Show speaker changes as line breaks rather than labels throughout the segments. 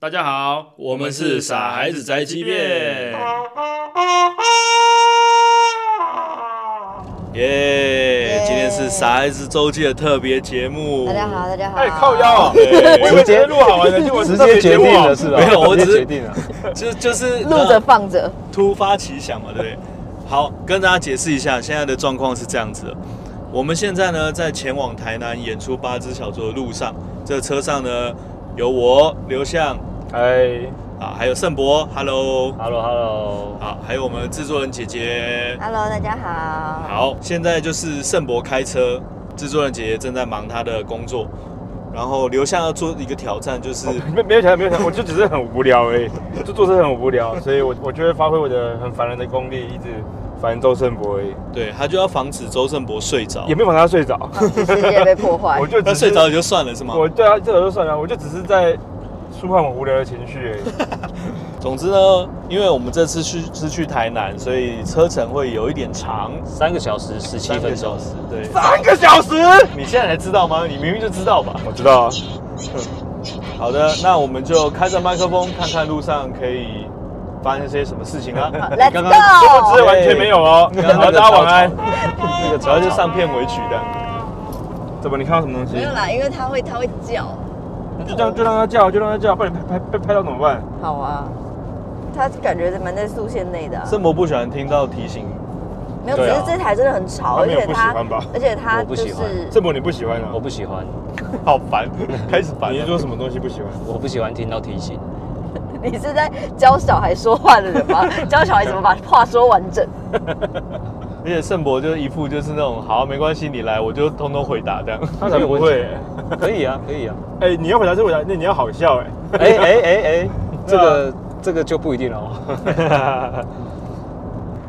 大家好，
我们是傻孩子宅急便，耶！今天是傻孩子周记的特别节目。
大家好，大家好。
哎，靠腰啊！
对，
我以为今天录好玩的，结果是
直
特别
接决
目
定
啊
了是吧？
没有我
直
只是
接决定了。
就就是
录着放着，
突发奇想嘛，对不对？好，跟大家解释一下，现在的状况是这样子的。我们现在呢，在前往台南演出《八只小猪》的路上，这车上呢有我刘向
哎
啊，还有盛博，Hello，
，Hello Hello，
好，还有我们制作人姐姐，
哎
Hello，大家好。
好，现在就是盛博开车，制作人姐姐正在忙她的工作，然后刘向要做一个挑战，就是
没没有想没有想，我就只是很无聊而已，就做事很无聊，所以我我就会发挥我的很烦人的功力，一直烦周胜博而已，
对他就要防止周盛博睡着
也，没有把 他睡着，
放弃世界被破坏
我。就
他
只
哦睡
是
着也就算了是吗？
我对啊，这个就算了，我就只是在舒缓我无聊的情绪而已。
总之呢，因为我们这次去是去台南，所以车程会有一点长，
三个小时十七
三个
分
小
钟，
时。对，
哎三个小时，
你现在才知道吗？你明明就知道吧？
我知道啊，
好的，那我们就开着麦克风，看看路上可以发生些什么事情啊。
Let's
刚刚
这个
go。
完全没 有哦。
刚刚那
好，
个
大家晚安
草。那个主要就上片尾曲的。
怎么？你看到什么东西
没？有啦，因为它会它会叫。
就让就让他叫，就让他叫，不然你拍拍被拍到怎么办？
好啊。它感觉蛮在速限内的啊、
圣魔不喜欢听到提醒，
没有，只
对啊
是这台真的很吵，
他
而
没有
且
不喜
它
欢吧，
而且它
我不
就
喜欢
是
这波你不喜欢啊
我？不喜欢，
好烦，开始烦
你
了
是。说什么东西不喜欢？
我不喜欢听到提醒。
你是在教小孩说话的人 吗？教小孩怎么把话说完整？
而且圣博就是一副就是那种好，没关系，你来我就通通回答这样。
他才 不会、欸。
可以啊，可以啊。
哎、你要回答是回答，那你要好笑哎、
哎哎哎哎，这
呃
个这个就不一定了哦。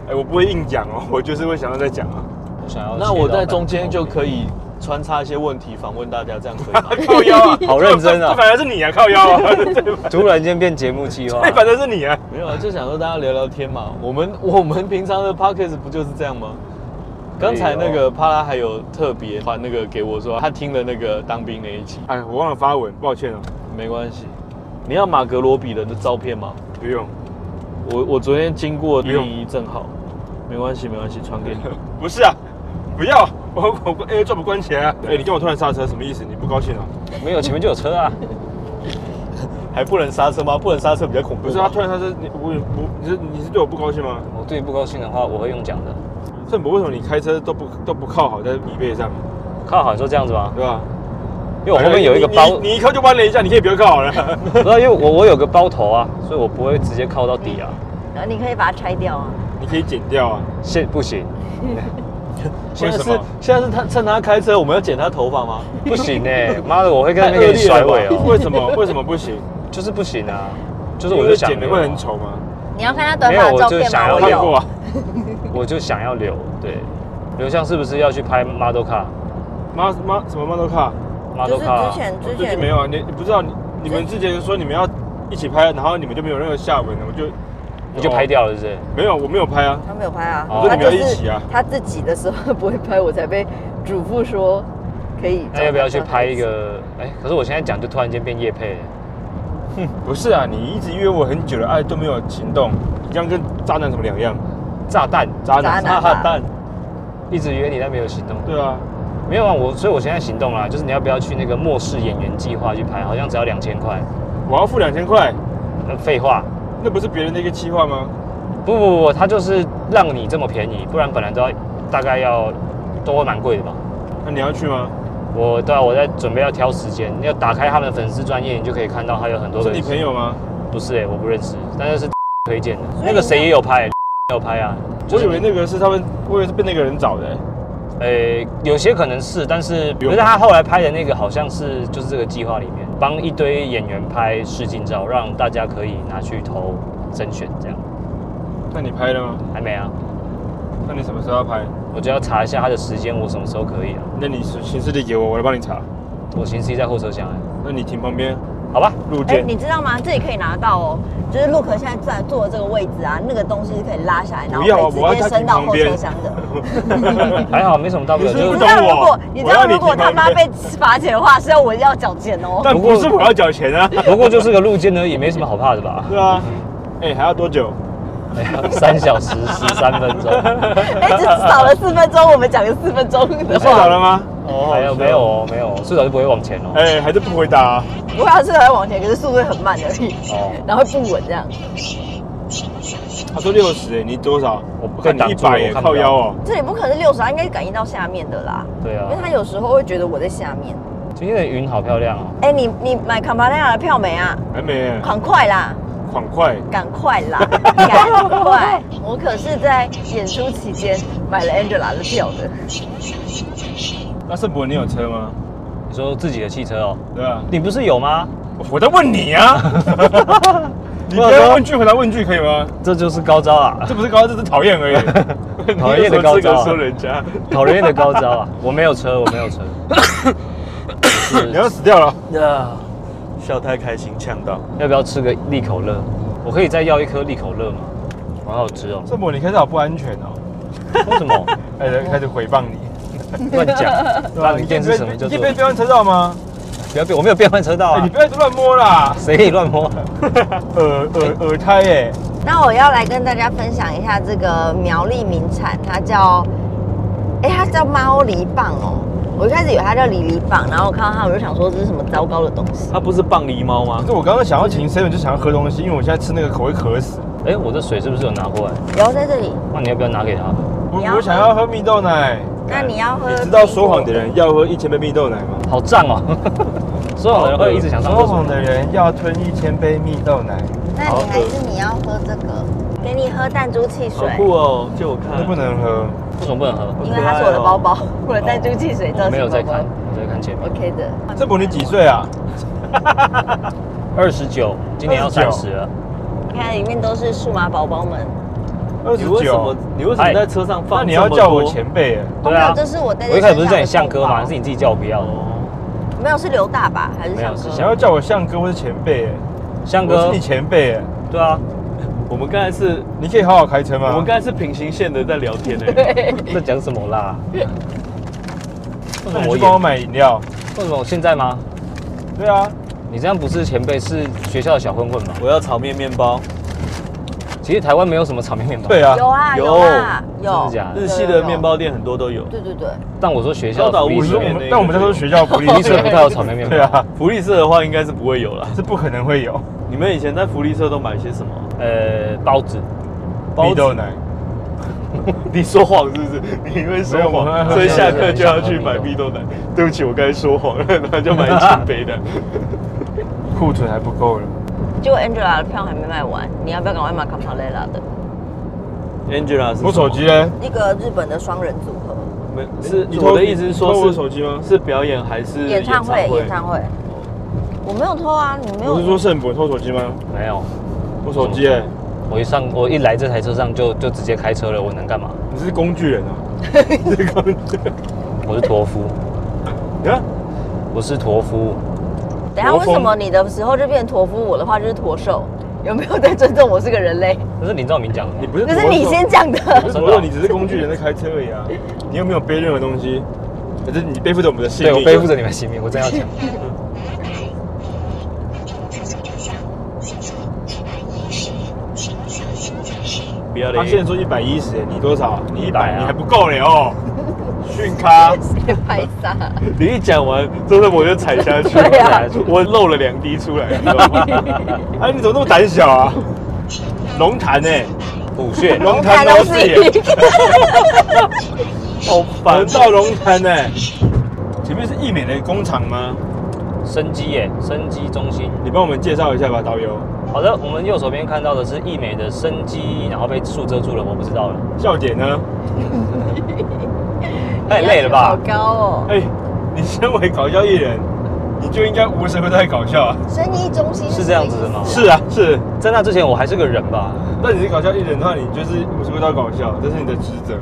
哎、我不会硬讲哦，我就是会想要再讲啊。
我想要切到半。
那我在中间就可以穿插一些问题访问大家，这样可以 吗？
靠腰 啊，
好认真啊
这反而是你啊，靠 腰啊，对吧？
突然间变节目计划
哎，，反正是你啊。
没有啊，就想说大家聊聊天嘛。我们 我们平常的 podcast 不就是这样吗？刚才那个帕拉还有特别传那个给我说，他听了那个当兵那一集，
哎，我忘了发文，抱歉哦，
没关系。你要马格罗比人的照片吗？
不用，
我我昨天经过
不用
临沂正好，没关系没关系，传给你。
不是啊，不要，我我我 A 转不关起来啊。哎、你跟我突然刹车，什么意思？你不高兴啊？
没有前面就有车啊。
还不能刹车吗？不能刹车比较恐怖。
不是，他啊突然刹车，你我我你是你是对我不高兴吗？
我对你不高兴的话，我会用讲的。
郑博，为什么你开车都不都不靠好在椅背上，
靠好，你说这样子吗？
对吧？
因为我后面有一个包
你，你你一靠就弯了一下，你可以不要靠好了。
不知道，因为我我有个包头啊，所以我不会直接靠到底啊，
然后你可以把它拆掉啊。
你可以剪掉啊。
现不行
现在
为什
是
么
现在是他趁他开车，我们要剪他头发吗？
不行哎、 妈的，我会跟那边给你甩尾
太恶劣了吧
哦、
为什么？为什么不行？
就是不行啊， 就
就是
我
为
就想
剪的
留
会很，丑吗？
你要看他短发
没有
的
我
照
就
片
想
吗？
要
我
看过
有。
啊，
我就想要留，对，刘向是不是要去拍 model car？model
妈妈什么妈都看。
就是
car
之前之
最近
前
没有啊，你你不知道你你们之前说你们要一起拍，然后你们就没有任何下文了，我就哦
你就拍掉了是不
哦
是？
没有，我没有拍啊。
他没有拍啊，
哦
他
你
就
们要一
是
起啊
他自己的时候不会拍，我才被嘱咐说可以。
那要不要去拍一？个？哎、可是我现在讲就突然间变夜配了，
不是啊，你一直约我很久了，哎都没有行动，你这样跟渣男什么两样？
炸弹
渣
渣
男，
男啊吧
哈蛋。
一直约你，但没有行动。
对啊，
没有啊，我所以我现在行动啦，就是你要不要去那个末世演员计划去拍？好像只要两千块。
我要付两千块，
那废话，
那不是别人的一个计划吗？
不不不，他就是让你这么便宜，不然本来都要大概要都会蛮贵的吧。
那你要去吗？
我对啊，我在准备要挑时间，你要打开他们的粉丝专业，你就可以看到他有很多
是
的。
你朋友吗？
不是哎、我不认识，但是是推荐的。 那个谁也有拍、也有拍啊，就
我以
是
为那个是他们，我以为是被那个人找的、
呃、有些可能是，但是
不
可
用
是他后来拍的那个好像是就是这个计划里面帮一堆演员拍试镜照，让大家可以拿去投甄选这样。
那你拍了吗？
还没啊，
那你什么时候要拍？
我就要查一下他的时间，我什么时候可以啊？
那你行行事历给我，我来帮你查。
我行驶在后车厢哎、
那你停旁边，
好吧？
路
哎、
肩。
你知道吗？这里可以拿到哦，就是陆可现在在坐的这个位置啊，那个东西是可以拉下来，然
不要啊
后
我
可以
要
直接
在
升到
你
后
旁边
车厢的。
还好没什么大不了，
你是
就
不
你
是
知
懂
道如
我
果你知
我
道
要你
如果
听
他
旁
妈
边
被罚钱的话，是要我要缴钱 哦。
但不是我要缴 钱啊。
不过就是个路肩而已，没什么好怕的吧？
对啊，哎，还要多久？
哎呀三小时十三分钟，
哎、只少了四分钟，我们讲了四分钟的
睡着
话，
了吗？
还有没有？ 哦没有哦，最早就不会往前哦。
哎，还是不回答啊。
不过他是在往前，可是速度会很慢而已，
哦，
然后会不稳这样。
他说六十，你多少？
我不
看
敢挡
你一
住我
百耶，
看不
靠
到
腰哦。
这里不可能是六十，啊他应该是感应到下面的啦，
对
因
啊
为，他有时候会觉得我在下面。
今天的云好漂亮哦。
哎、你你买卡巴利亚的票没啊？
还没耶，
赶快啦！
哎款快。
赶快啦，赶快！我可是在演出期间买了 Angela 的票的。
那圣博，你有车吗？
你说自己的汽车哦，
对啊，
你不是有吗？
我在问你 啊。
啊
你不要问句回答问句可以吗？
这就是高招啊，
这不是高招，这是讨 厌而已。
讨厌的高招啊
你有什么资格说人家，
讨人厌的高招啊！我没有车，我没有车。
你要死掉了。
呀，
笑太开心，呛到。
要不要吃个利口乐？我可以再要一颗利口乐吗？好好吃哦。
圣博，你开车好不安全哦。
为什么？
哎，人开始回谤你。
乱讲，大饼店是什么就
你
做
这。边标换车道吗？
不要变，我没有变换车道
哎，你
啊！
不要乱摸 啦。
谁可以乱摸？
耳耳耳胎耶，
那我要来跟大家分享一下这个苗栗名产，它叫，哎、它叫猫梨棒哦。我一开始以为它叫梨梨棒，然后我看到它，我就想说这是什么糟糕的东西。
它不是棒狸猫吗
可？是我刚刚想要请 seven 就想要喝东西，因为我现在吃那个口会渴死。
哎，我的水是不是有拿过来？
然后在这里，
那你要不要拿给他喝？
我
你要喝
我想要喝蜜豆奶。
那你要喝？
你知道说谎的人要喝一千杯蜜豆奶吗？
好胀哦！所有人会一直想上厕
说
所
谎。的人要吞一千杯蜜豆奶，
那你还是你要喝这个？给你喝弹珠汽
好
水，
酷哦，借我
那
看。
不能喝。
嗯
为什么不能喝？
因为它是我的包包，我的弹珠汽水
我
这
哦没
是
有
我
在
的包
看，
包。
我在看前面。
OK 的，
郑博，你几岁啊？
二十九，今年要三
29
十了。
你看里面都是数码宝宝们。
二
你
十
为什
九
么。？你为什么在车上放
那
这么多？
你要叫我前辈耶，
对
哦没
啊
有，这是我带在
我一开始不是
身上
叫
的
你向哥
包
吗？
包
是你自己叫我不要的。
哦，
没有是刘大吧？还是
没有
向
是
哥？
想要叫我向哥或是前辈耶，
向
我是
哥
你，前辈耶，
对啊，
我们刚才是，
你可以好好开车
我
吗
们？刚才是平行线的在聊天呢。欸
在讲什么啦？为什
那
么
你
我
去帮我
演？
买饮料。
为什么我现在吗？
对啊，
你这样不是前辈，是学校的小混混吗？
我要炒面面包，
其实台湾没有什么炒面面包。
对啊，
有啊
有
有啊
真的
有，
假的
日系的面包店很多都有。
对对对，
但我说学校的福利
我说
社
我
面
们，但我们在说学校福利
福利社
社
不，太有炒面面包。
对啊，
福利社的话应该是不会有啦。
是不可能会有
你们以前在福利社都买些什么？
呃，包子，
蜜豆奶。
你说谎是不是？你因为说
没有
谎，
我
所以下课就要去
啊
买蜜豆奶。对不起，我刚才说谎了， 然后就买一千杯的。
库存还不够了。
结果 Angela 的票还没卖完，你要不要赶快买 Campanella 的
Angela 是
我手机呢？
那个日本的双人组合
没是
你偷
我的意思是
你偷我
说
的
是
手机吗
是表演还是
演唱会演唱会？我没有偷啊，你没有。
我是说圣博偷手机吗？
没有。
我手机哎，
我一上，我一来这台车上就就直接开车了，我能干嘛？
你是工具人啊！你是工具人。
我是驼夫，
你看，
我是驼夫，
等一下
驼
为
峰
什么你的时候就变驼夫，我的话就是驼兽？有没有在尊重我是个人类？
这是林兆明讲的吗。
你不是
这是你先讲的。
不是我说你只是工具人在开车而已啊！你又没有背任何东西，可是你背负着我们的性
对
命。
我背负着你们的性命，我真要讲。
不要
他
脸
啊现在说一百一十，你多少？你一
100
百，
啊
你还不够嘞哦！训咖，
谁拍傻？
你一讲完，真的我就踩下去，
对啊
我漏了两滴出来，你知道吗？
哎，你怎么那么胆小啊？龙潭哎，
补血，
龙
看
潭
都
都
是
是
一
耶，
个。
好
我
烦
们到龙潭哎，前面是益美的工厂吗？
生机耶，生机中心。
你帮我们介绍一下吧，导游。
好的，我们右手边看到的是益美的生机，然后被树遮住了，我不知道了。
笑姐呢？
太累了吧
好？高哦。
哎、你身为搞笑艺人，你就应该无时无刻都在搞笑啊。
生意中心
是这样子的吗
是啊，是。
在那之前我还是个人吧。
那你是搞笑艺人的话，你就是无时无刻都要搞笑，这是你的职责。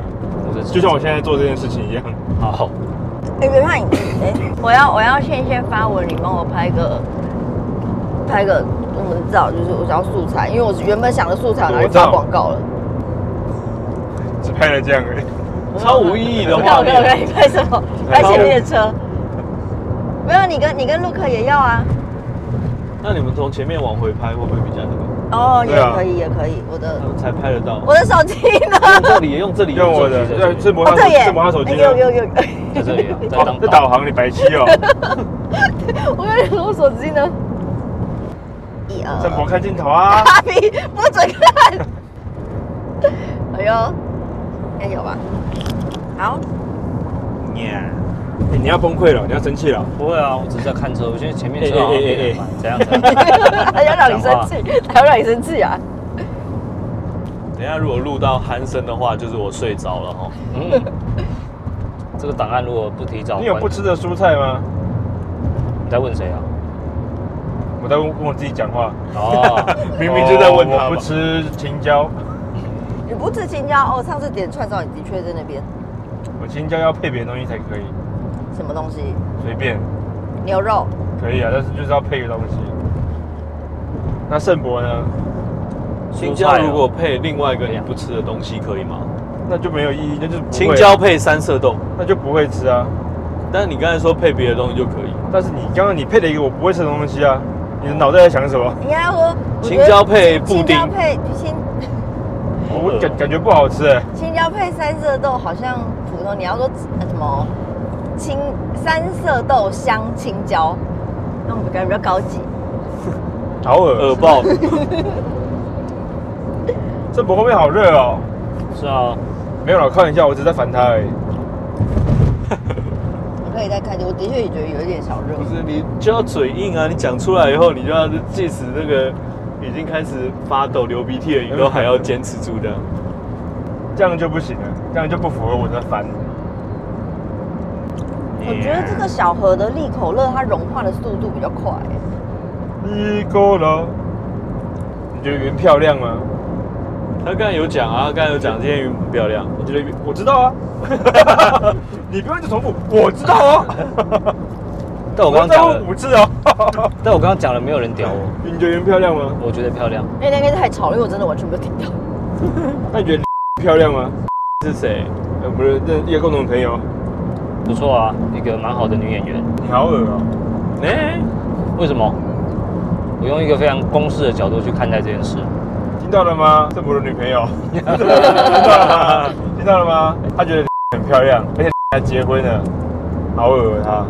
我的
就像我现在做这件事情一样。
好，
哎，别怕你，哎，我要我要现线发文，你帮我拍个拍个什么照，就是我想要素材，因为我原本想的素材我拿去
裸照
发广告了。
只拍了这样而已。
超无意义的
我看
画
我看我看你
面。
拍什么？
拍
拍
什么
前面的车。没有，你跟你跟陆克也要啊。
那你们从前面往回拍会不会比较那个？
哦，也
对啊
可以，也可以。我的
他们才拍得到。
我的手机呢？
用这里也用这里，
用我的，
这里
要是
这里
摩
哦，
他
对耶，
是摩他手机
哎
啊，
有有有。有
在这里啊，在
哦
当
这导航你 白痴哦。
我跟你说，我手机呢？一二。
郑博看镜头 啊，
芭比不准看。哎呦，应该有吧？ 好，
哎你要崩溃了，你要生气了。
不会啊，我只是在看车，我觉得前面车好像
哎哎哎
没人
哎
买，怎样？啊怎样
还要哎让你生气，还要让你生气啊！
等一下如果录到鼾声的话，就是我睡着 了哈。
嗯，这个档案如果不提早，
你有不？吃的蔬菜吗？
你在问谁啊？
我在问跟我自己讲话，
哦，
明明就在问
哦
他。
我
我
不
不
吃
吃青椒，
你不吃青椒哦？上次点串烧，你的确在那边
我青椒要配别的东西才可以，
什么东西？
随便
牛肉，
可以啊，但是就是要配个东西。那盛博呢？
青
蔬
椒
菜哦
如果配另外一个你不吃的东西可以吗？
那就没有意义，那就是不会啊
青椒，配三色豆，
那就不会吃啊。
但是你刚才说配别的东西就可 以。
但是你刚刚你配了一个我不会吃的东西啊，你的脑袋在想什么？
应该说我觉
青
得
椒配布
青
丁
椒，配青
好
我
饿
感感觉不好吃哎、
青椒配三色豆好像普通。你要说呃什么青三色豆香青椒，那我感觉比较高级。
好
饿
恶。
爆。
盛博后面好热哦。
是啊，
没有了，看一下，我只是在烦他而已。
我可以再看，我的确也觉得有一点小热
不。是你就要嘴硬啊！你讲出来以后，你就要即使那个已经开始发抖、流鼻涕了，你都还要坚持住的。
这样就不行了，这样就不符合我的烦。
我觉得这个小盒的利口乐，它融化的速度比较快、
一够了，你觉得云漂亮吗？
他刚才有讲啊，他刚才有讲，今天云很漂亮。
我觉得云，我知道啊。 你不用一直重复，我知道哦。
但我刚刚讲
再问
了，
五次哦。
但我刚刚讲了，没有人屌我，
你觉得云漂亮吗？
我觉得漂亮。
因为哎那天太吵了，因为我真的完全没有听到。
那你 觉得漂亮吗？
是谁？
呃，不是，那一个共同朋友。
不错啊，一个蛮好的女演员。
你好恶哦。
哎、
为什么？我用一个非常公式的角度去看待这件事。
听到了吗？这不是女 朋友。听到了吗？听到了吗？他觉得很漂亮，而且还结婚了，好恶啊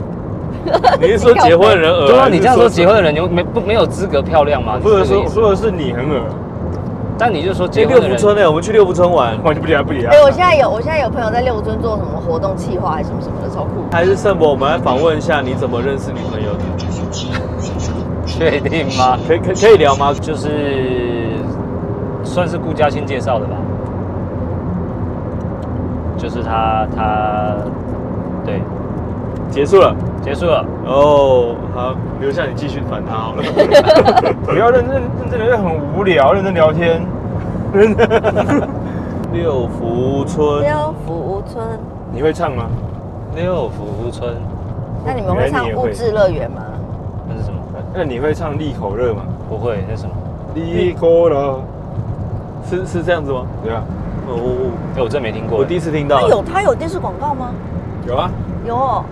他。
你是说结 婚的人耳？
对啊，
还是
你这样说结婚的人，你没不没有资格漂亮吗？
我说的
你是这
是，
个意
我
思
说的是你很恶，
但你就说
哎
结婚
六
的
福
人，
村呢、我们去六福村玩，
我就不理他，不理他。
哎、我现在有，我现在有朋友在六尊做什么活动企划还是什么什么的，超酷。
还是盛博？我们来访问一下你怎么认识女朋友的？
确定吗？
可以 可以可以聊吗？
就是算是顾嘉欣介绍的吧，就是他他对
结束了
结束了，
哦，好，留下你继续烦他 好了。
不要认真认真的很无聊，认真 聊天。
六福村，
六福村，
你会唱吗？
六福村
那你们会唱
原来你也
物
会
质乐园吗？
那是什么？
那你会唱利口乐吗？
不会，那是什么？
利口乐，
是是这样子吗？
对啊，
哦，
哎、我真没听过。
我第一次听
他
到。
有他有电视广告吗？
有啊，
有哦。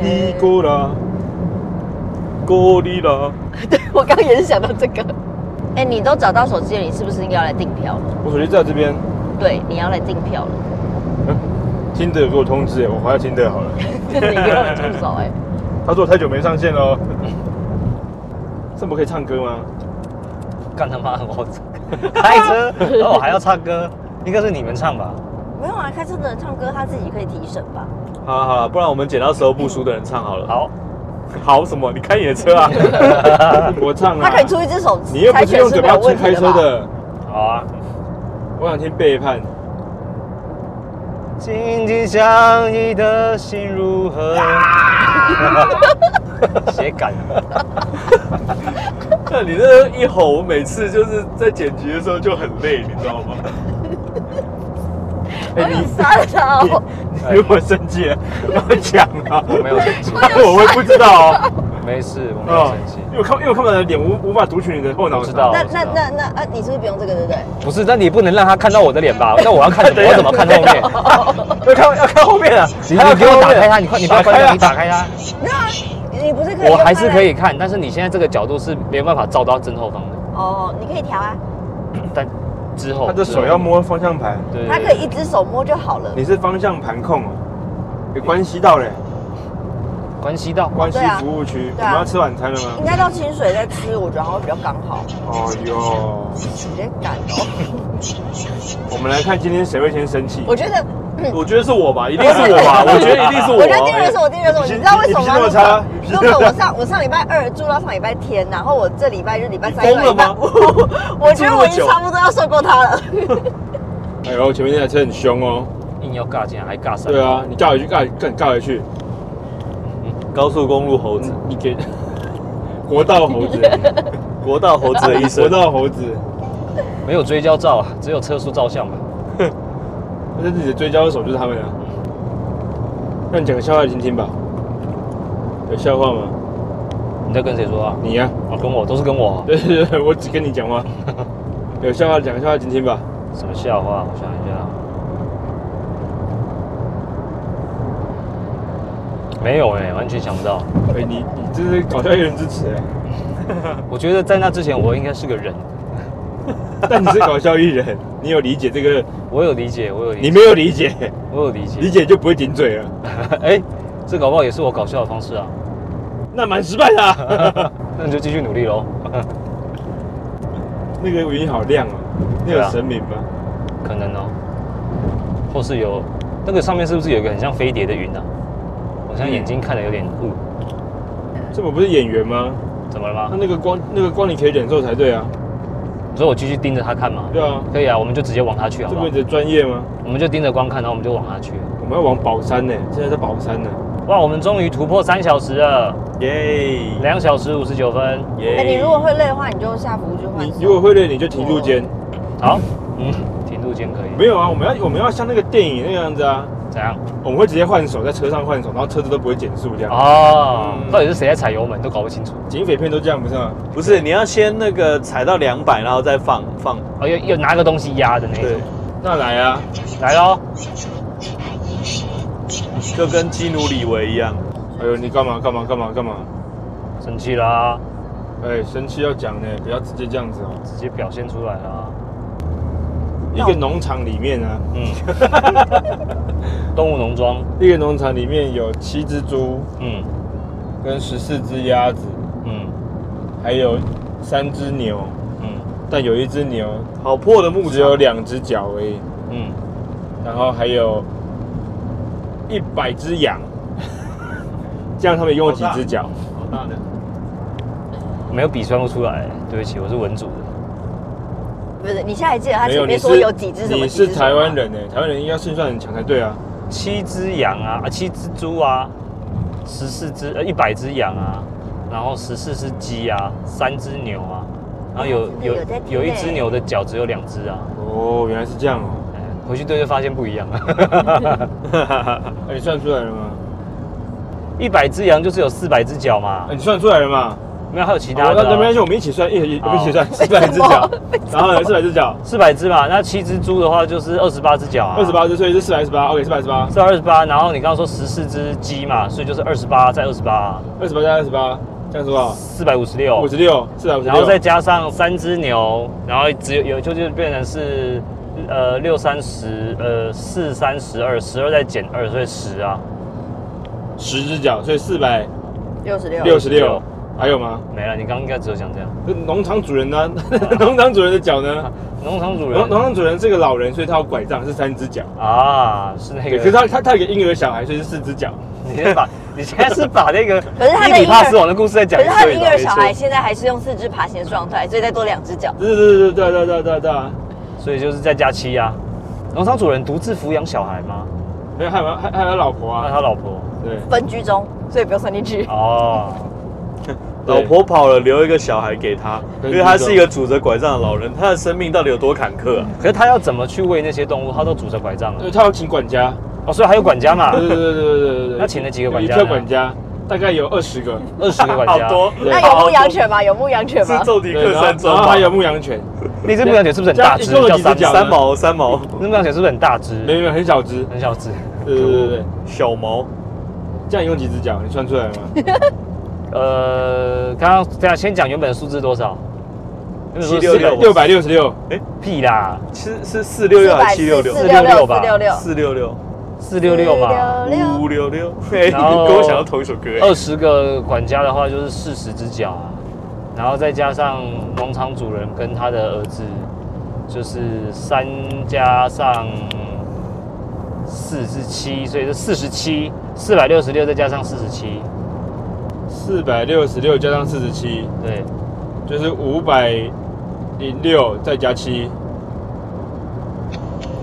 利
欸
口乐，
锅里了。
对我刚刚也是想到这个。哎、你都找到手机了，你是不是应该要来订票了？
我手机在这边，
对，你要来订票了，
听的给我通知耶，我划听的好了。
你给我住手哎、
他说我太久没上线喽。这么可以唱歌吗？
干他妈的，我 开车，然后我还要唱歌，应该是你们唱吧？
没有啊，开车的人唱歌他自己可以提神吧？
好了好了，不然我们捡到时候不输的人唱好了。
好，
好什么？你开你的车啊！
我唱啊。
他可以出一只手机，
你又不是用嘴巴
猜
出
拳没
开
有问题
车
吧。
的，
好啊。
我想听背叛。
紧紧相依的心如何？啊 写感，
看你这一吼，我每次就是在剪辑的时候就很累，你知道吗？
我
哎
想杀哎了他哦！
你如果生气了，不要讲啊。
哎 我没有生气，
我会不知道哦。
没事，我没有
啊
生气。，
因为我看，因为我看不到你的脸，无无法读取你的后脑
我知
勺。
道
那那那那啊，你是不是不用这个，对不对？
不是，但你不能让他看到我的脸 吧？那我要看什么？我要怎么看后面？
要看要看后面啊！
你
还
你
要
给
看
我
后
打
面
开它，你快，你不要关
打开
掉，
啊
你打开它。
那你不是可以？
我还是可以。看，但是你现在这个角度是没有办法照到正后方的。
哦，你可以调啊，
但之后
他的
之后
手要摸方向盘，
对，
他可以一只手摸就好了。
你是方向盘控哦，有关系到嘞，
关系到
关系
对啊
服务区。我
对啊
们要吃晚餐了
应
吗？
该到清水再吃，我觉得好像比较刚好。
哦哟，
直接赶 哦，
我们来看今天谁会先生气。
我 觉得，
我觉得是我吧，一定是我吧，我觉得一定是我
我觉得
哎
第二是
啊。
我第二是我，
你
你知道为什么吗？
你脾气那么差
如果如果我上我上礼拜二住到上礼拜天，然后我这礼拜就礼拜三
你疯了
礼拜
吗
五，我 觉得我已经差不多要受够他了。
哎呦，前面那台车很凶哦。
硬要尬进来还尬上。
对啊，你尬回去，尬更尬回去，
高速公路猴子，
你给 国道 猴子，
国道猴子的一
国
生。
道猴子，
没有追焦照啊，只有车速照相吧。
那自己的追焦手就是他们啊。那你讲个笑话来听听吧，有笑话吗？
你在跟谁说话？
你呀、
啊，跟我都是跟我。
对对对，我只跟你讲话。 有笑话讲个笑话来听听吧。
什么笑话？我想一下。没有哎、完全想不到。
哎、你你这是搞笑艺人支持哎、
我觉得在那之前，我应该是个人。
但你是搞笑艺人，你有理解这个，
我有理解，我有理
你
解，
没有理解，
我有理解。
理解就不会顶嘴了，
哎、这搞不好也是我搞笑的方式啊。
那蛮失败的啊、
那你就继续努力喽。
那个云好亮哦、那
对
有
啊
神明吗？
可能哦，或是有那个上面是不是有一个很像飞碟的云啊？我现在眼睛看的有点雾，
这我不是演员吗？
怎么了
那
吗？
那个光那个光你可以忍受才对啊，
你说我继续盯着它看嘛？
对啊，
可以啊，我们就直接往它去好
这
不
不
好
是？你的专业吗？
我们就盯着光看，然后我们就往它去。
我们要往宝山呢、现在在宝山呢、
哇，我们终于突破三小时了，
耶
两小时五十九分。
耶！
哎，你如果会累的话，你就下服务区换
你
手。
如果会累，你就停住肩。
好，嗯，停住间可以。
没有啊，我们要我们要像那个电影那样子啊，
怎样？
我们会直接换手，在车上换手，然后车子都不会减速这样。
哦，
嗯
到底是谁在踩油门都搞不清楚。
警匪片都这样不是吗？
不是，你要先那个踩到两百，然后再放放。
哦，又又拿个东西压的那一
对
种。，
那来啊，
来喽，
就跟基努里维一样。
哎呦，你干嘛干嘛干嘛干嘛？
生气啦，
哎，生气要讲呢，不要直接这样子哦。
直接表现出来啦。
一个农场里面啊，
嗯，动物农庄，
一个农场里面有七只猪
嗯
跟十四只鸭子，
嗯
还有三只牛，
嗯
但有一只牛
好破的牧
只有
场，
两只脚而已。
嗯，
然后还有一百只羊， 这样他们一共有几只脚？
好大的。
没有笔算不出来，对不起，我是文组的，
不是，你现在还记得他
没有，
前
你
面
是
说有几只什么？
你
几
是
只什么啊
台湾人呢、台湾人应该胜算很强才对啊。
七只羊啊，啊七只猪啊，十四只呃一百只羊啊，然后十四只鸡啊，三只牛啊，然后有
真的
有
有在听
有一只
欸
牛的脚只有两只啊，
哦，原来是这 样哦。
哎回去对就发现不一样了，
哎、你算出来了吗？
一百只羊就是有四百只脚嘛
哎、，你算出来了吗？
没有还有其
好，
他
那
的
那没关
啊
系，，我们一起算，一起我
好
们一起算四百只脚，然后呢，四百只脚，
四百只嘛，那七只猪的话就是二十八只脚啊，
二十八只，所以是四百二十八，OK，四百二十八，
是二十八，然后你刚刚说十四只鸡嘛，所以就是二十八再二十八，
二十八加二十八，这样是吧？
四百五十六，
五十六，四百五十
然后再
六，
加上三只牛，然后只有有就就变成是呃六三十呃四三十二，十二再减二，所以十啊，
十只脚，所以四百
六十六，
六十六，还有吗？
没了。你刚刚应该只有讲这样。
那农场主人呢？
啊
农场主人的脚呢？
农场主
农
人
农场主人是个老人，所以他有拐杖，是三只脚。
啊，是那
对，
个。
可是他他他有个婴儿小孩，所以是四只脚。
你先把你现在是把那 个
可是他的
伊比帕
婴儿
斯王的故事再讲
可
一
是他的
遍
婴
吧
儿小孩
没错
现在还是用四肢爬行的状态，所以再多两只脚。
对对对对啊对对对对。
所以就是再加七啊。农场主人独自抚养小孩吗？
哎还有还有还还有老婆
那
啊。
他老婆
对，
分居中，所以不用算进去。
哦，
老婆跑了，留一个小孩给他，因为他是一个拄着拐杖的老人，他的生命到底有多坎坷啊？
可是他要怎么去喂那些动物？他都拄着拐杖了
呃对，他要请管家。
哦，所以还有管家嘛
对。对对对对对对。
那请了几个管家
一票管家，大概有二十个，
二十个玩家，
好多
对
那有牧羊犬吗？有牧羊犬
是
吗？
奏迪克山
然
庄
后还有
吗？
牧羊犬，
那只牧羊犬是不是很大只？
这样一共有
叫
几只
三毛。
脚
三毛三毛，
那牧羊犬是不是很大只？
没有没有很小只，
很小只。
对对对对，
小毛
这样一共几只脚？你算出来了吗？
呃，刚刚等一下先讲原本的数字多少？原本数字
七六六
六百六十六，
屁啦，
是是四六六还
啊
是七六六
四？六六
466
四
吧
六六
四六六
四六六嘛。
五六六，哎，你
然后
跟我想到同一首歌哎。
二十个管家的话就是四十只脚啊，然后再加上农场主人跟他的儿子，就是三加上四是七，所以是四十七，四百六十六再加上四十七，
四百六十六加上四十七，
对，
就是五百零六，再加七，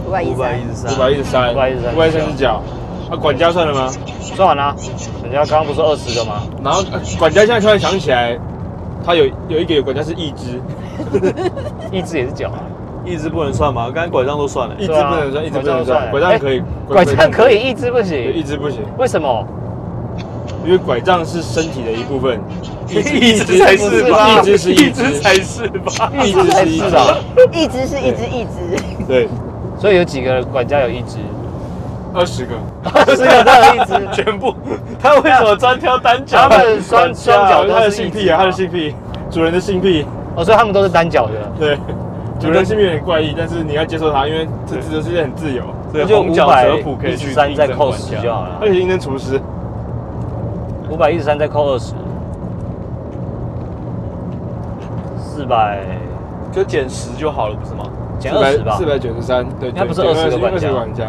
五百一
五
十
百一十三
五，百一十三，
513
五百三十脚。啊，管家算了吗？
算完啦、人家刚刚不是二十个吗？
然后、呃管家现在突然想起来，他有有一个有管家是一只，
一只也是脚啊，
一只不能算嘛，刚才拐杖都算了。
一只不
对啊
能算，一只不能算，拐
拐
杖
杖
可以，
哎拐杖可以，一只不
对一
行，
只不行，
为什么？
因为拐杖是身体的一部分，
一只才是吧，
一只是
一只
一只，
才是吧。
一只是一
才
只
是啊，
一只是一只一只，
对，
所以有几个管家有一只，
二十个，
二十个都有一只。
全部，他为什么专挑单脚？
他们双双脚
他
都
的
是一
性
只
癖啊，他的性癖，主人的性癖，
哦，所以他们都是单脚的，
对，主人性癖有点怪异，但是你要接受它，因为这这世界很自由，
对，
就
红
五
脚
百
折谱可以
一
去
十三再
竞争
扣
玩
十
家
就好了
而，且应征厨师，
五百一十三再扣二十，四百
就减十就好了，不是吗？
减二十吧
四，百九十三，对，
那不是20个管
二
家
十管家，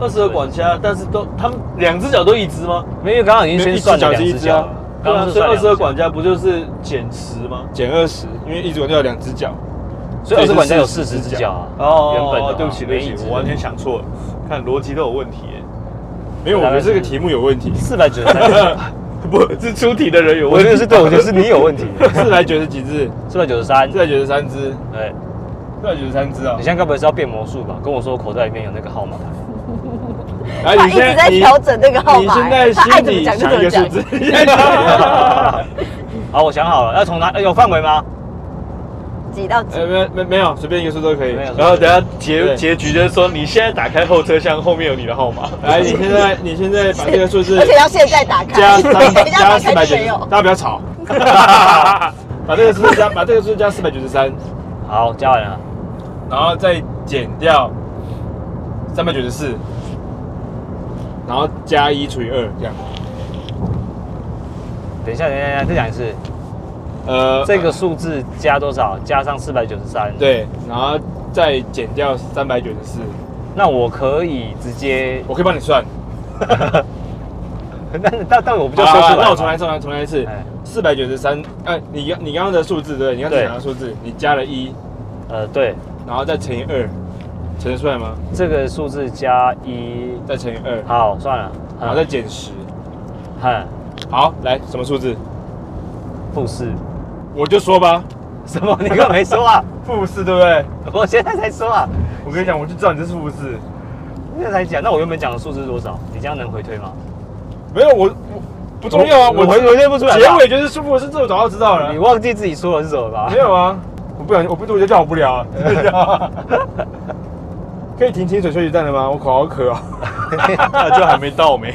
二十个管家，但是都他们两只脚都一只吗？
没有因为刚刚已经先算了两
一
只
只脚是一只啊
脚了，
对
刚
啊，
刚是
所以
算
二十
两
个
只
管，家不就是减十吗？
减二十，因为一只管家有两只脚，
所以二十管家有
所
四
以是
十
40
只脚啊，
哦，
原本的啊
哦对不起，对
每一
不
只
起，我完全想错了，看逻辑都有问题耶。
没有，我觉得这个题目有问 题，
四百九十 三，
不是出题的人有
我
问
觉
题，
得是对，我觉得是你有问题，
四百九十几只，
四百九十三
四，百九十三只，
对，
四百九十三只啊
你现，在该不会是要变魔术吧？跟我说我口袋里面有那个号码牌，
然后
他
哎你
一
现
直
在
在
你
调整那个号
你
码，
现 在
他爱
心
怎么
里
讲就
想
怎么
一个数
讲。
字，
好，我想好了，要从哪有范围吗？
几到几
呃，？没没没有，随便一个数都可以。
没有
然后等下结
对
结局就是说，你现在打开后车厢，后面有你的号码。
来，哎你现在你现在把这个数 字
而且要现在打开，
呃加 三
等一下
加
打
四
开
百
就
九
没
十，
有
大。家不要吵。 把这个数字加把这个数字加四百九十三，
好，加完了，
然后再减掉三百九十四，然后加一除以二这样。
等一下，等一下，等一下再讲一次。
呃，
这个数字加多少？加上四百九十三。，
对，然后再减掉三百九十四，
那我可以直接，
我可以帮你算。
那但但我不就说
好
出
好
来
好
吗？
那我重来，重来，重来一次
哎。
四百九十三，哎，你刚你刚刚的数字对不对？你刚刚
对
讲的数字，你加了一，
呃，对，
然后再乘以二，乘得出来吗？
这个数字加一，
再乘以二，
好，算了，嗯
然后再减十。
哼，
好，来什么数字？
负四。
我就说吧，
什么？你根本没说啊！
负四对不对？
我现在才说啊，
我跟你讲，我就知道你这是负四。
现在才讲。那我原本讲的数字是多少？你这样能回推吗？
没有我，我不重要啊。
我回回推不出来吧。
结尾就是是负四，这我早就知道
你
了。
忘记自己说的是什么了吧
没？有啊，我不小心，我不，我就叫我不聊啊。 可以停清水休息站了吗？我口好渴啊！
那就还没到没。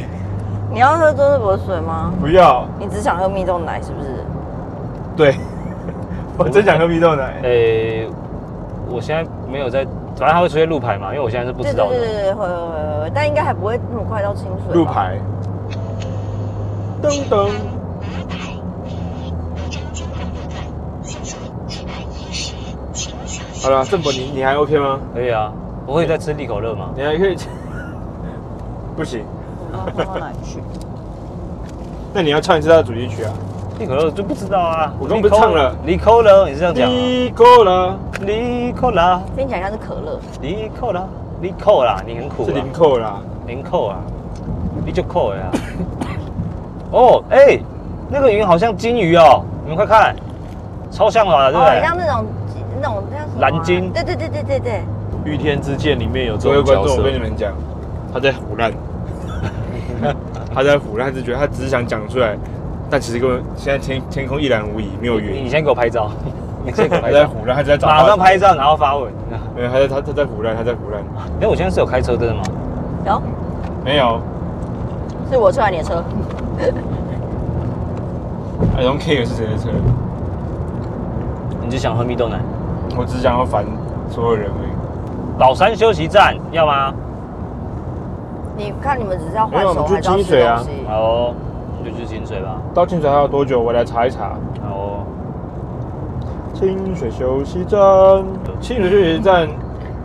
你要喝多士伯水吗？
不要，
你只想喝蜜豆奶是不是？
对，我真想喝蜜豆奶。
诶，我现在没有在，反正它会出现路牌嘛，因为我现在是不
对
知
对
道
对
的。
对对，会会会会，但应该还不会那么快到清水。
路，牌，噔噔，好了，郑博，你你还 OK 吗？
可以啊，我可以再吃利口乐吗？
你还可以， 不行，
然后放到哪里嗯去？
那你要唱一次他的主题曲啊。
利口乐就不知道啊，
我刚不是唱了
利口乐，你是这样讲啊？
你够了，
利口啦，
听起来像是可乐。
利口啦，利口啦，你很苦
是
啊
零，扣啦。
零扣啊，你就扣了呀。 哦，哎，那个鱼好像金鱼哦，你们快看，超像
啊
了，对不
哦，很
对？
像那种那种那叫什么啊
蓝鲸
对对对对对对，
《御天之剑》里面有这
各位
种
观
角
众，我
色
跟，你们讲，他在胡乱。他在唬烂，他只觉得他只是想讲出来，但其实根本现在天天空一览无遗，没有
你
云
你。先给我拍照， 你先给我
他
拍
在
照，
唬烂，他在找
马上拍照然后发文。
没有，他在他他在胡乱，他在胡乱，
哎，我现在是有开车灯的吗？
然后
没有，
是我出来你的车，
I don't care 是谁的车，
你就想喝蜜豆奶？
我只想要烦所有人而已。
老山休息站要吗？
你看你们只是要换
没有我
手
们去
还是要
清
吃
水啊
东西？
好哦，那就去清水吧。
到清水还有多久？我来查一查。
好哦，
清水休息站，清水休息站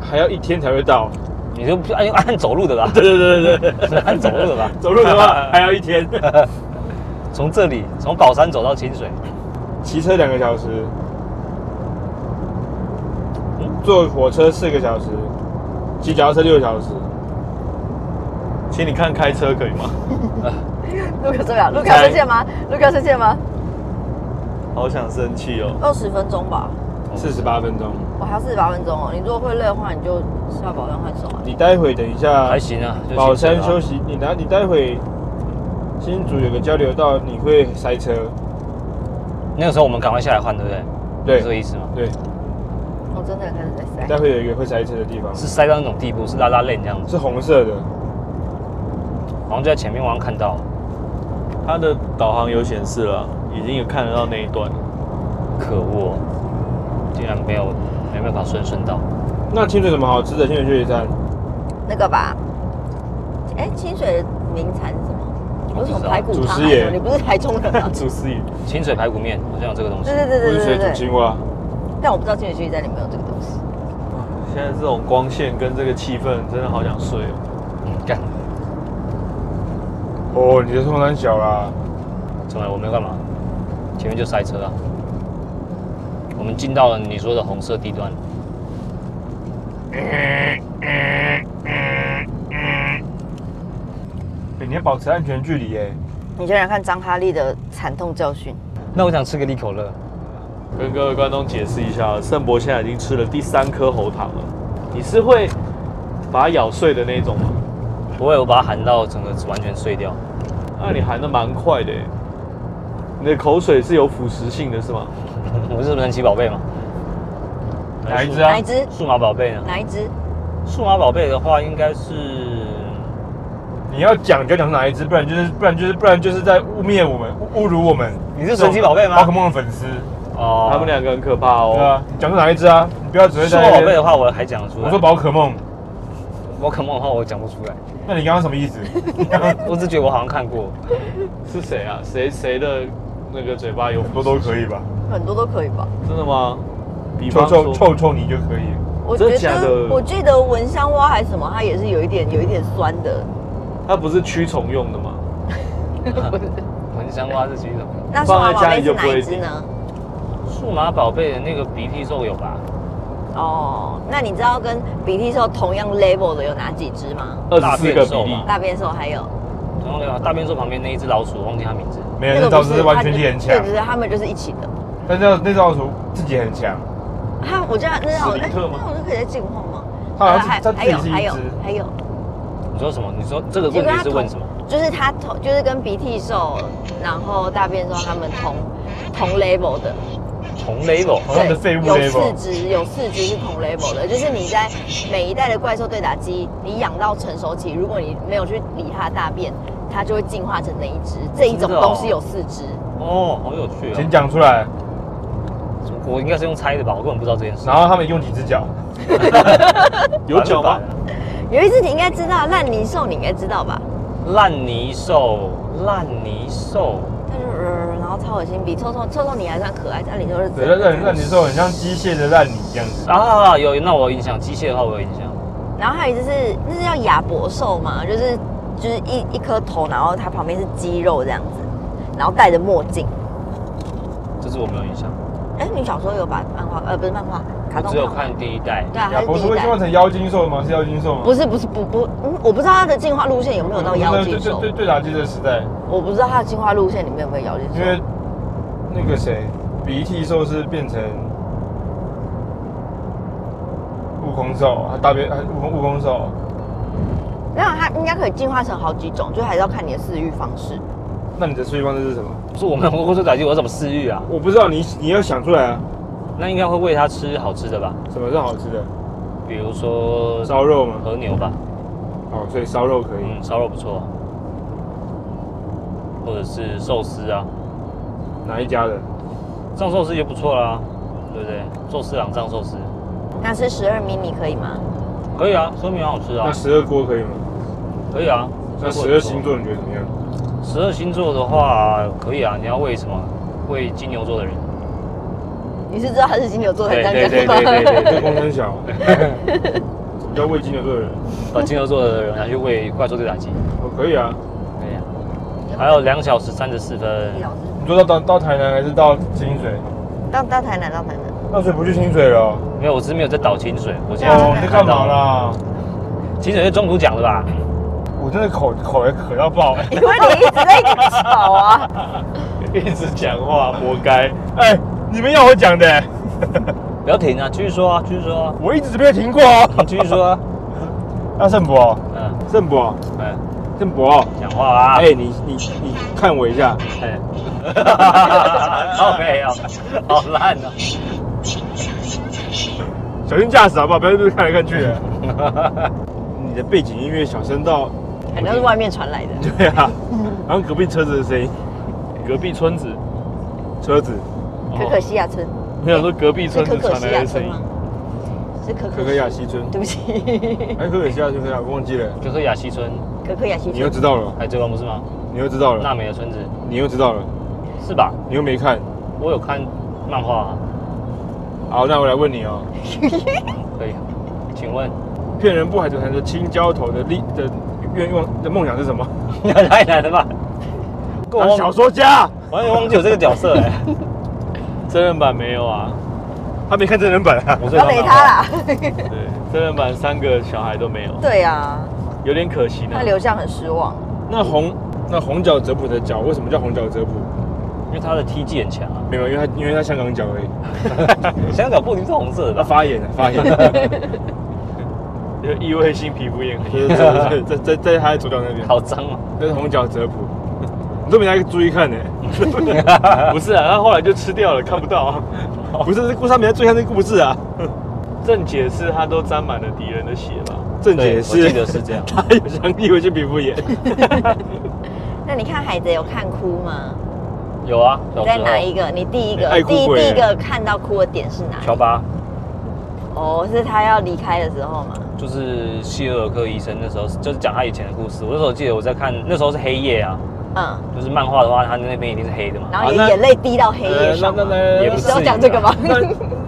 还要一天才会到。
你就不按按走路的吧，
对对对对，
是 按走路的吧
走路 的话还要一天，
从这里从宝山走到清水，
骑车两个小时
嗯，
坐火车四个小时，骑脚踏车六个小时。
请你看开车可以吗？
陆克怎么
哎
样？陆克生气了吗？陆克生气了吗？
好想生气哦！
二十分钟吧，
四十八分钟，
我还要四十八分钟哦。你如果会累的话，你就下保养换手啊。
你待会等一下
还，行啊，就
宝
清水
山
吧
休。息，你拿你待会新竹有个交流道，你会塞车，
那个时候我们赶快下来换，对不对？
对
是这个意思吗？
对，
我哦真的开始在
待
塞，
会有一个会塞车的地方，
是塞到那种地步，是拉拉链这样子，
是红色的，
好像就在前面，我好像看到了，
它的导航有显示了，已经有看得到那一段。？
可恶哦，竟然没有没办法顺顺道。
那清水有什么好吃的？清水休息站，
那个吧。哎，清水的名产是什么？你不是从排骨
祖
汤
师
来
爷
的？你不是台中人吗
祖师爷，
清水排骨面好像有这个东西
对，对啊对对
温
对
水
对
煮
对。
青蛙，
但我不知道清水区在里面有这个东西。
现在这种光线跟这个气氛，真的好想睡哦。
嗯，干，
哦，你的空山小啦，
怎么了？我没干嘛，前面就塞车啊。我们进到了你说的红色地段，
每天欸保持安全距离耶，
你就来看张哈利的惨痛教训。
那我想吃个利口乐，
跟各位观众解释一下，盛博现在已经吃了第三颗喉糖了。你是会把它咬碎的那种吗？
不会，我把它含到整个完全碎掉。
那啊你含的蛮快的耶，你的口水是有腐蚀性的，是吗？
我是神奇宝贝嘛？
哪一只啊
哪一？只？
数码宝贝呢？
哪一只？
数码宝贝的话，应该是
你要讲就讲哪一只，不然就是不然就是不然就是在污蔑我们，侮辱我们。
你是神奇宝贝吗
宝可梦的粉丝，
哦，
他们两个很可怕
啊对
哦。
啊，你讲是哪一只啊？你不要只会
数
在
码
那
宝贝
边。
的话，我还讲得出来。
我说宝可梦，
宝可梦的话，我讲不出来。
那你刚刚什 么意思？
我只觉得我好像看过，
是谁啊？谁谁的那个嘴巴有
很多都可以吧？
很多都可以吧？
真的吗？比
臭
方
臭
说，
臭臭泥就可以。
我
真
觉
的假
得
的，
我记得蚊香蛙还是什么，它也是有一点有一点酸的。
它不是驱虫用的吗？
蚊香蛙是几种？
那数
放
码
在
宝
家里
贝是
就不
哪
会
一只呢？
数码宝贝的那个鼻涕兽有吧？
哦，那你知道跟比利兽同样 level 的有哪几只吗？
二
大
十四
便
个比
兽
例
嘛，
大变兽还有，
然后那个啊大便兽旁边那一只老鼠，我忘记它名字。
没有，那
不
招是完全力很强
对，，只是他们就是一起的。
但那那招是自己很强，
他，我觉得那好，
史密
哎，那
特吗
我就可以再进化吗？
它好像是
还
它
还有
自己是一
还有
只
还有，
你说什么？你说这个问题是问什么？
就是它同就是跟鼻涕兽，然后大变兽他们同同 level 的，
同 level
好像哦的废物
有四
level。
只，有四只是同 level 的，就是你在每一代的怪兽对打机，你养到成熟期，如果你没有去理它的大便，它就会进化成那一只。这一种
真的哦
东西有四只，
哦，好有趣
请
啊！
讲出来，
我应该是用猜的吧？我根本不知道这件事。
然后他们用几只脚？
有脚吗
反？正
有一只你应该知道，烂泥兽你应该知道吧？
烂泥兽，烂泥兽，
它就、呃、然后超恶心，比臭臭臭臭你还算可爱，但你就是
对，让让你说很像机械的烂泥一样子。
啊，有那我有印象，机械的话我有印象。
然后还有就是那是叫亚伯兽嘛，就是就是一一颗头，然后它旁边是肌肉这样子，然后戴着墨镜。
这是我没有印象，
哎，你小时候有把漫画呃不是漫画，卡
我
通
只有
看
看
完
第一代。
对啊，它
亚
是
伯是
第一
会进
代
化。成妖精兽吗？是妖精兽吗？
不是不是不不，嗯，我不知道它的进化路线有没有到妖精
嗯对
兽
对，对打机的时代，
我不知道它的进化路线里面有没有妖精
因为
兽。
那个谁，鼻涕兽是变成悟空兽，他大变他悟空悟空兽，
没有，它应该可以进化成好几种，就还是要看你的饲育方式。
那你的处理方式是什么？
不是我们活捉仔鸡，我怎么饲育啊？
我不知道，你你要想出来啊，
那应该会喂它吃好吃的吧？
什么是好吃的？
比如说
烧肉吗？
和牛吧，
哦，所以烧肉可以。
嗯，烧肉不错啊，或者是寿司啊，
哪一家的？
藏寿司也不错啦，对不对？寿司郎藏寿司
那吃十二迷你可以吗？
可以啊，说明好吃啊
那，十二锅可以吗？
可以啊。
那
水
十
果也
二
不错
星，座你觉得怎么样？
十二星座的话可以啊，你要喂什么？喂金牛座 的人，
你是知道他是金牛座才这样讲
对对
吗？
对对
这公很小，要喂金牛座的人，
把金牛座的人拿去喂怪兽对打机，
我可以啊。
可以啊。还有两小时三十四分，
老师
你说到到到台南还是到清水？
到到台南，到台南，
淡水不去清水了哦。
没有，我只是没有在倒清水，我现在
哦，
才
你在
看
干
到
嘛。啦？
清水是中途讲的吧？
我真的口口也渴到爆，
因为你一直在吵啊。
一直讲话，活该。哎，你们要我讲的，
不要停啊，继续说啊，继续说 啊，
我一直没有停过哦。
你继续说啊。
那盛博，
嗯，
盛博，
哎，
盛博，
讲话啊。
哎，你你你看我一下，
哎， 好没有，好烂哦。
小心驾驶好不好？不要一直看来看去的。 你的背景音乐小声到，
好像是外面传来的。
对啊，好像隔壁车子的声音，
隔壁村子，
车子。
可可西亚村，
没有说隔壁村
是可
子
可
传
西
来
亚
的声
村
音
吗。？是可
可
可
可亚西村，
对不起，
哎，可可西亚村，可可亚，我忘记了，
可可亚西村，
可可亚西
你又
村。
知道了，
哎，这个不是吗？
你又知道了，
娜美的村子
你又知道了，
是吧？
你又没看。
我有看漫画、啊，
好，那我来问你哦，
可以。请问，
骗人不海豚团的青椒头的立的愿望的梦想是什么？
太难了吧？跟
当
我
小
忘，
说家，
完全忘记有这个角色哎、
真人版没有啊？
他没看真人版啊。
我
不
最
要
看
雷
漫
他
画。
啦。
对，真人版三个小孩都没有，
对啊，
有点可惜呢
他。流向很失望。
那红那红脚折浦的脚为什么叫红脚折浦？
因为他的踢技很强啊。
没有，因为他因为他香港脚而已。
香港布丁是红色的
他
吧？
发炎了，发炎了，
就异位性皮肤炎，
就是在在在在他的左脚那边，
好脏啊！
那是红脚折浦。你都没来注意看呢、
不是啊，他后来就吃掉了，看不到啊。
不是，是故事没在注意看这故事啊。
正解是他都沾满了敌人的血吧？
正
对
解
我
是，
记得是这样
他有想以为是皮肤炎。
那你看海贼有看哭吗？
有啊，小
你
时
在哪一
候。
个？你第一个
爱，哭
第一
鬼
第一个看到哭的点是哪里？
乔巴
哦，是他要离开的时候吗？
就是谢尔科医生，那时候就是讲他以前的故事。我那时候记得我在看，那时候是黑夜啊，
嗯，
就是漫画的话，他那边一定是黑的嘛。
然后
好
你
那
眼泪滴到黑夜
呃，那
上
那
吗。
那
也
你
不
是
至
要
于
讲这个吗？
那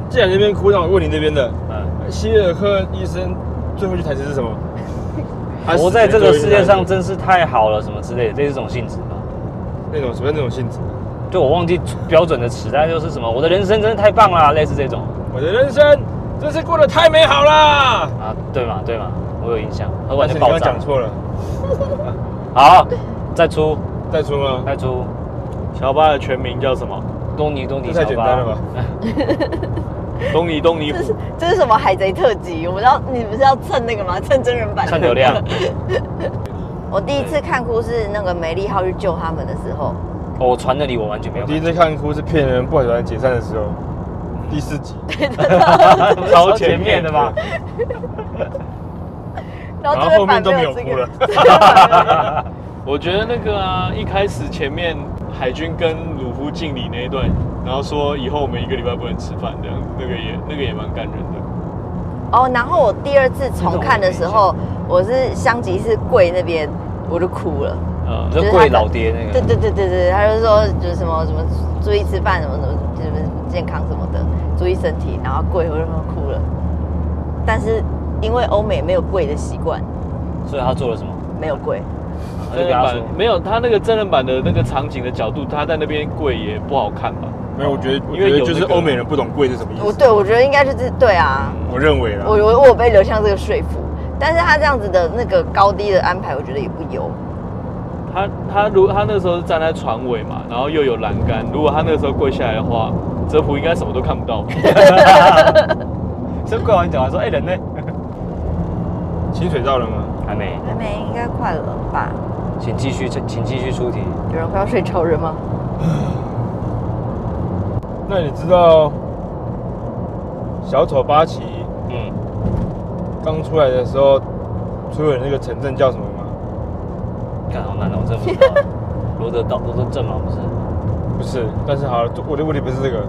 既然那边哭，那我问你那边的
嗯，
希尔克医生最后一句台词是什么？
活在这个世界上
这
真是太好了，什么之类的，这是种性质吧。
那种什么那种性质？
对，我忘记标准的词，但就是什么，我的人生真是太棒啦，类似这种
我的人生真是过得太美好啦！
啊，对嘛对嘛，我有印象，喝
但
完
是
就
你
爆
刚刚
炸
讲。错了，
好，再出
再说吗？
再出，
乔巴的全名叫什么？
东尼东尼
这
小
太
巴。
简单了吧？
东尼东尼
这
虎
是。这是什么海贼特辑？我们要你不是要蹭那个吗？蹭真人版。
看流量。
我第一次看哭是那个梅利号去救他们的时候，
哦我传那里我完全没有
我第一次看哭是骗人不海团解散的时候，第四集。
看，
嗯 超前面的吧？
然
然
后
后
这
后
个版
面都没有
这
哭了
个。这个版没有
我觉得那个啊，一开始前面海军跟鲁夫敬礼那一段，然后说以后我们一个礼拜不能吃饭这样子，那个也那个也蛮感人的。
哦，然后我第二次重看的时候，我是香吉士柜那边我就哭了。
啊、
你说跪老爹
嗯
那
对
个，
对对对对，他就说就是什么什么注意吃饭，什么什么什么健康什么的，注意身体，然后跪我就哭了。但是因为欧美没有跪的习惯，
所以他做了什么？
没有跪，
他就跟
真人
他
版
说，
没有他那个真人版的那个场景的角度，他在那边跪也不好看吧？
没有，我觉得我
因为
觉得
有
就是
那个
欧美人不懂贵是什么意
我
思。
对我觉得应该就是对啊，
我认为啦
我，我我有被刘向这个说服，但是他这样子的那个高低的安排，我觉得也不优。
他他如他那时候是站在船尾嘛，然后又有栏杆，如果他那个时候跪下来的话，泽普应该什么都看不 到吧。
所以跪完讲完说，哎人呢？
清水到了吗？
还没，
还没，应该快了吧？
请继续，请继续出题。
有人快要睡着了吗？
那你知道小丑八旗
嗯，
刚出来的时候，出演那个城镇叫什么吗？
看好难哦，我真的不知 道。罗德岛，罗德镇嘛，不是？
不是，但是好了，我的问题不是这个，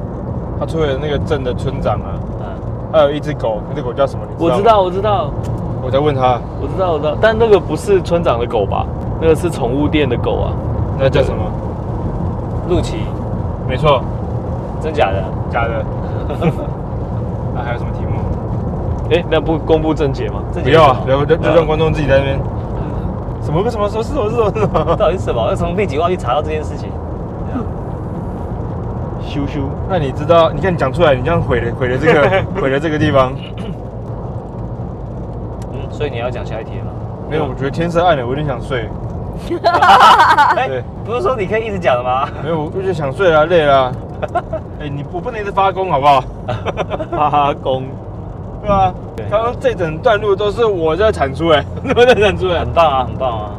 他出演那个镇的村长啊，
嗯，
还有一只狗，那只狗叫什么？你
我知
道吗，
道，我知道，
我在问他，
我知道，我知道，但那个不是村长的狗吧？那个是宠物店的狗啊。
那叫什么？
陆琪，
没错，
真假的？
假 的。那还有什么题目？
哎、那不公布正解吗？
真
不
假的嗯
要
是
啊
吗，
留留留让观众自己在那边。什么什么什么什么什么什 么？
到底是什么？要从第几话去查到这件事情？对啊
羞羞，
那你知道？你看你讲出来，你这样毁了毁了这 个毁了这个地方。
嗯，所以你要讲下一题了吗？
没有，我觉得天色暗了，我有点想睡。
哎
对，
不是说你可以一直讲的吗？
没有，我就想睡了，累了。哎，你我不能一直发功，好不好？
哈哈公，
对吧？
对
刚刚这整段路都是我在产出，哎， 我在产出，哎。
很棒啊，很棒啊。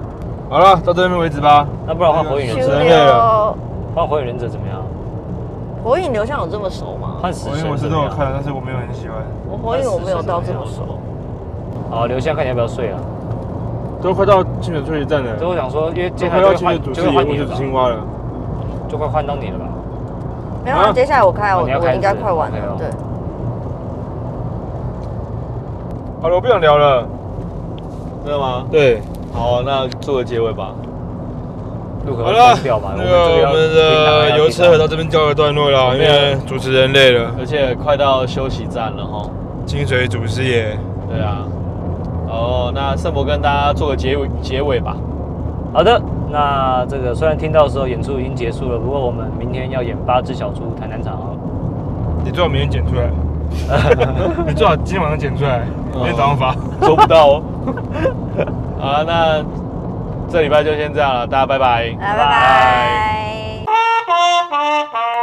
好了，到这边为止吧。
那不然换火影
有
忍
人
者，
在那
换火影忍者怎么样？
哦火影流向有这么熟吗？
换死
我因为
神
我是
怎
都
么
有看
样？
的，但是我没有很喜欢。
我火影我没有到这么熟。
好，哦留下看你要不要睡啊。
都快到清水退学站了，
所以我想说，因为
都
接下
快
来
到
就会换，
清水
就
主题，
会
我
换你了
就
吧
青蛙了。
就快换到你了吧？
没有啊，
啊
接下来我开啊，
哦
我
你要
我
开
应该
始
快完
没有
了。对，
好了，我不想聊了。
真的吗？
对，
好，那做个结尾吧。
路口
好
要
了
关掉吧，，
那
们这个
个
要
我们的游车河到这边告一段落了，因
对
为主持人累了，
而且快到休息站了哈。
清水祖师爷。
对啊。哦，那圣博跟大家做个结尾结尾吧。
好的，那这个虽然听到的时候演出已经结束了，不过我们明天要演八只小猪台南场。哦
你最好明天剪 出来，你最好今天晚上剪出来，明天早上发。
做不到哦。 好啊，那这礼拜就先这样了，大家拜拜。
来，拜拜。
拜拜